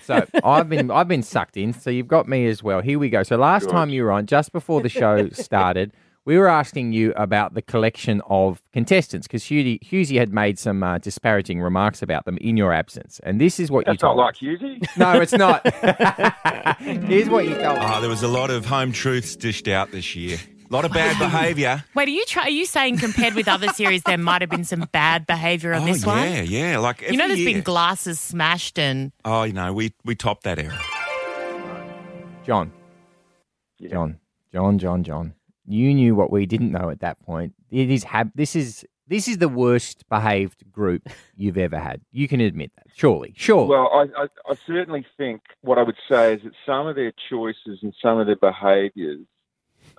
So I've been I've been sucked in. So you've got me as well. Here we go. So last time you were on, just before the show started, we were asking you about the collection of contestants because Husey had made some uh, disparaging remarks about them in your absence, and this is what you That's not told. like us. Husey. No, it's not. Here's what you told. us. Ah, there was a lot of home truths dished out this year. A lot of bad behaviour. Wait, are you try, are you saying compared with other series, there might have been some bad behaviour on oh this one? yeah, yeah. Like every You know, there's year. been glasses smashed and Oh, you know, we we topped that era. John. John. John, John, John. You knew what we didn't know at that point. It is hab- this is this is the worst behaved group you've ever had. You can admit that. Surely. Sure. Well, I, I, I certainly think what I would say is that some of their choices and some of their behaviours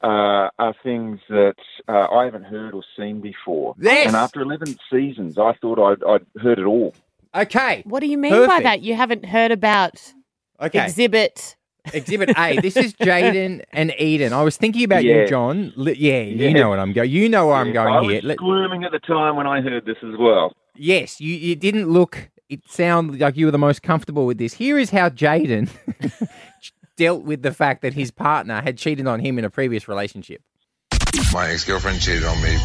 uh, are things that uh, I haven't heard or seen before. Yes! And after 11 seasons, I thought I'd, I'd heard it all. okay. What do you mean by Perfect. that? You haven't heard about Okay. exhibit. Exhibit A. This is Jaden and Eden. I was thinking about you, Yeah. John. Li- yeah, you Yeah. know what I'm going. You know where I'm I going was here. Let- glooming at the time when I heard this as well. yes, you, you didn't look. It sounded like you were the most comfortable with this. Here is how Jaden dealt with the fact that his partner had cheated on him in a previous relationship. My ex girlfriend cheated on me.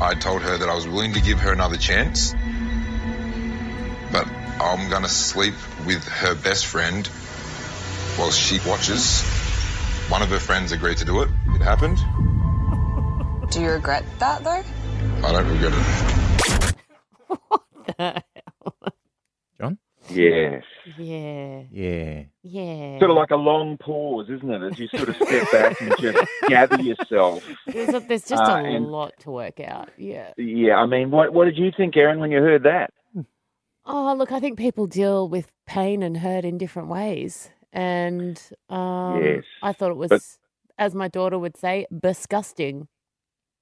I told her that I was willing to give her another chance, but I'm gonna sleep with her best friend while she watches. One of her friends agreed to do it. It happened. Do you regret that though? I don't regret it. Yes. Yeah. Yeah. Yeah. Sort of like a long pause, isn't it? As you sort of step back and just gather yourself. There's, a, there's just Uh, a and- lot to work out. Yeah. Yeah, I mean, what, what did you think, Aaron, when you heard that? Oh, look, I think people deal with pain and hurt in different ways. And um, Yes. I thought it was, But- as my daughter would say, disgusting.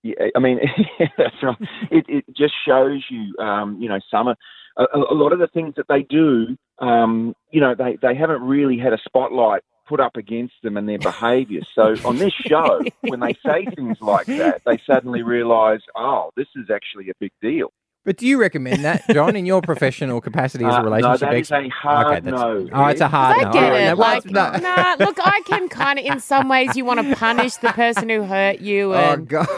Yeah, I mean, that's right. It, it just shows you, um, you know, summer. A, a a lot of the things that they do, um, you know, they, they haven't really had a spotlight put up against them and their behaviour. So on this show, when they say things like that, they suddenly realise, oh, this is actually a big deal. But do you recommend that, John, in your professional capacity as Uh, a no, relationship that is expert? a hard that's- no. Oh, it's a hard I no. get All right, it. now, like, what's no. the- nah, look, I can kind of, in some ways, you want to punish the person who hurt you. Oh, And God.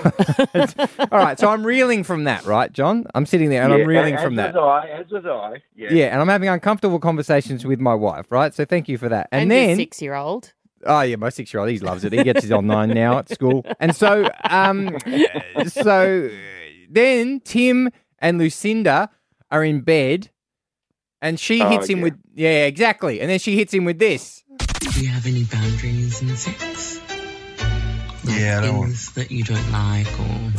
All right, so I'm reeling from that, right, John? I'm sitting there and Yeah, I'm reeling as from was that. I, as was I. Yeah. Yeah, and I'm having uncomfortable conversations with my wife, right? So thank you for that. And, then, six year old. oh yeah, my six-year-old, he loves it. He gets his online now at school, and so, um, so then Tim and Lucinda are in bed, and she Oh, hits him yeah. with yeah, exactly, and then she hits him with this. Do you have any boundaries in sex? Like Yeah, I don't want- things that you don't like or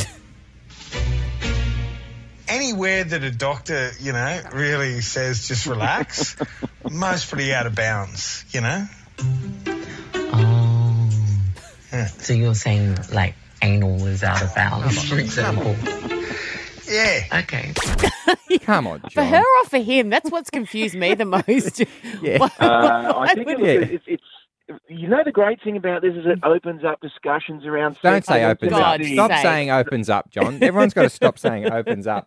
Anywhere that a doctor, you know, really says just relax, most pretty out of bounds, you know? oh. So you're saying like anal is out of bounds, for example. Yeah. Okay. Come on, For John. her or for him? That's what's confused me the most. Yeah. Why- Uh, I why think would- would- it was, it's, it's, you know, the great thing about this is it opens up discussions around Don't sex say and opens up. God's intimacy. Stop sake. saying opens up, John. Everyone's got to stop saying opens up.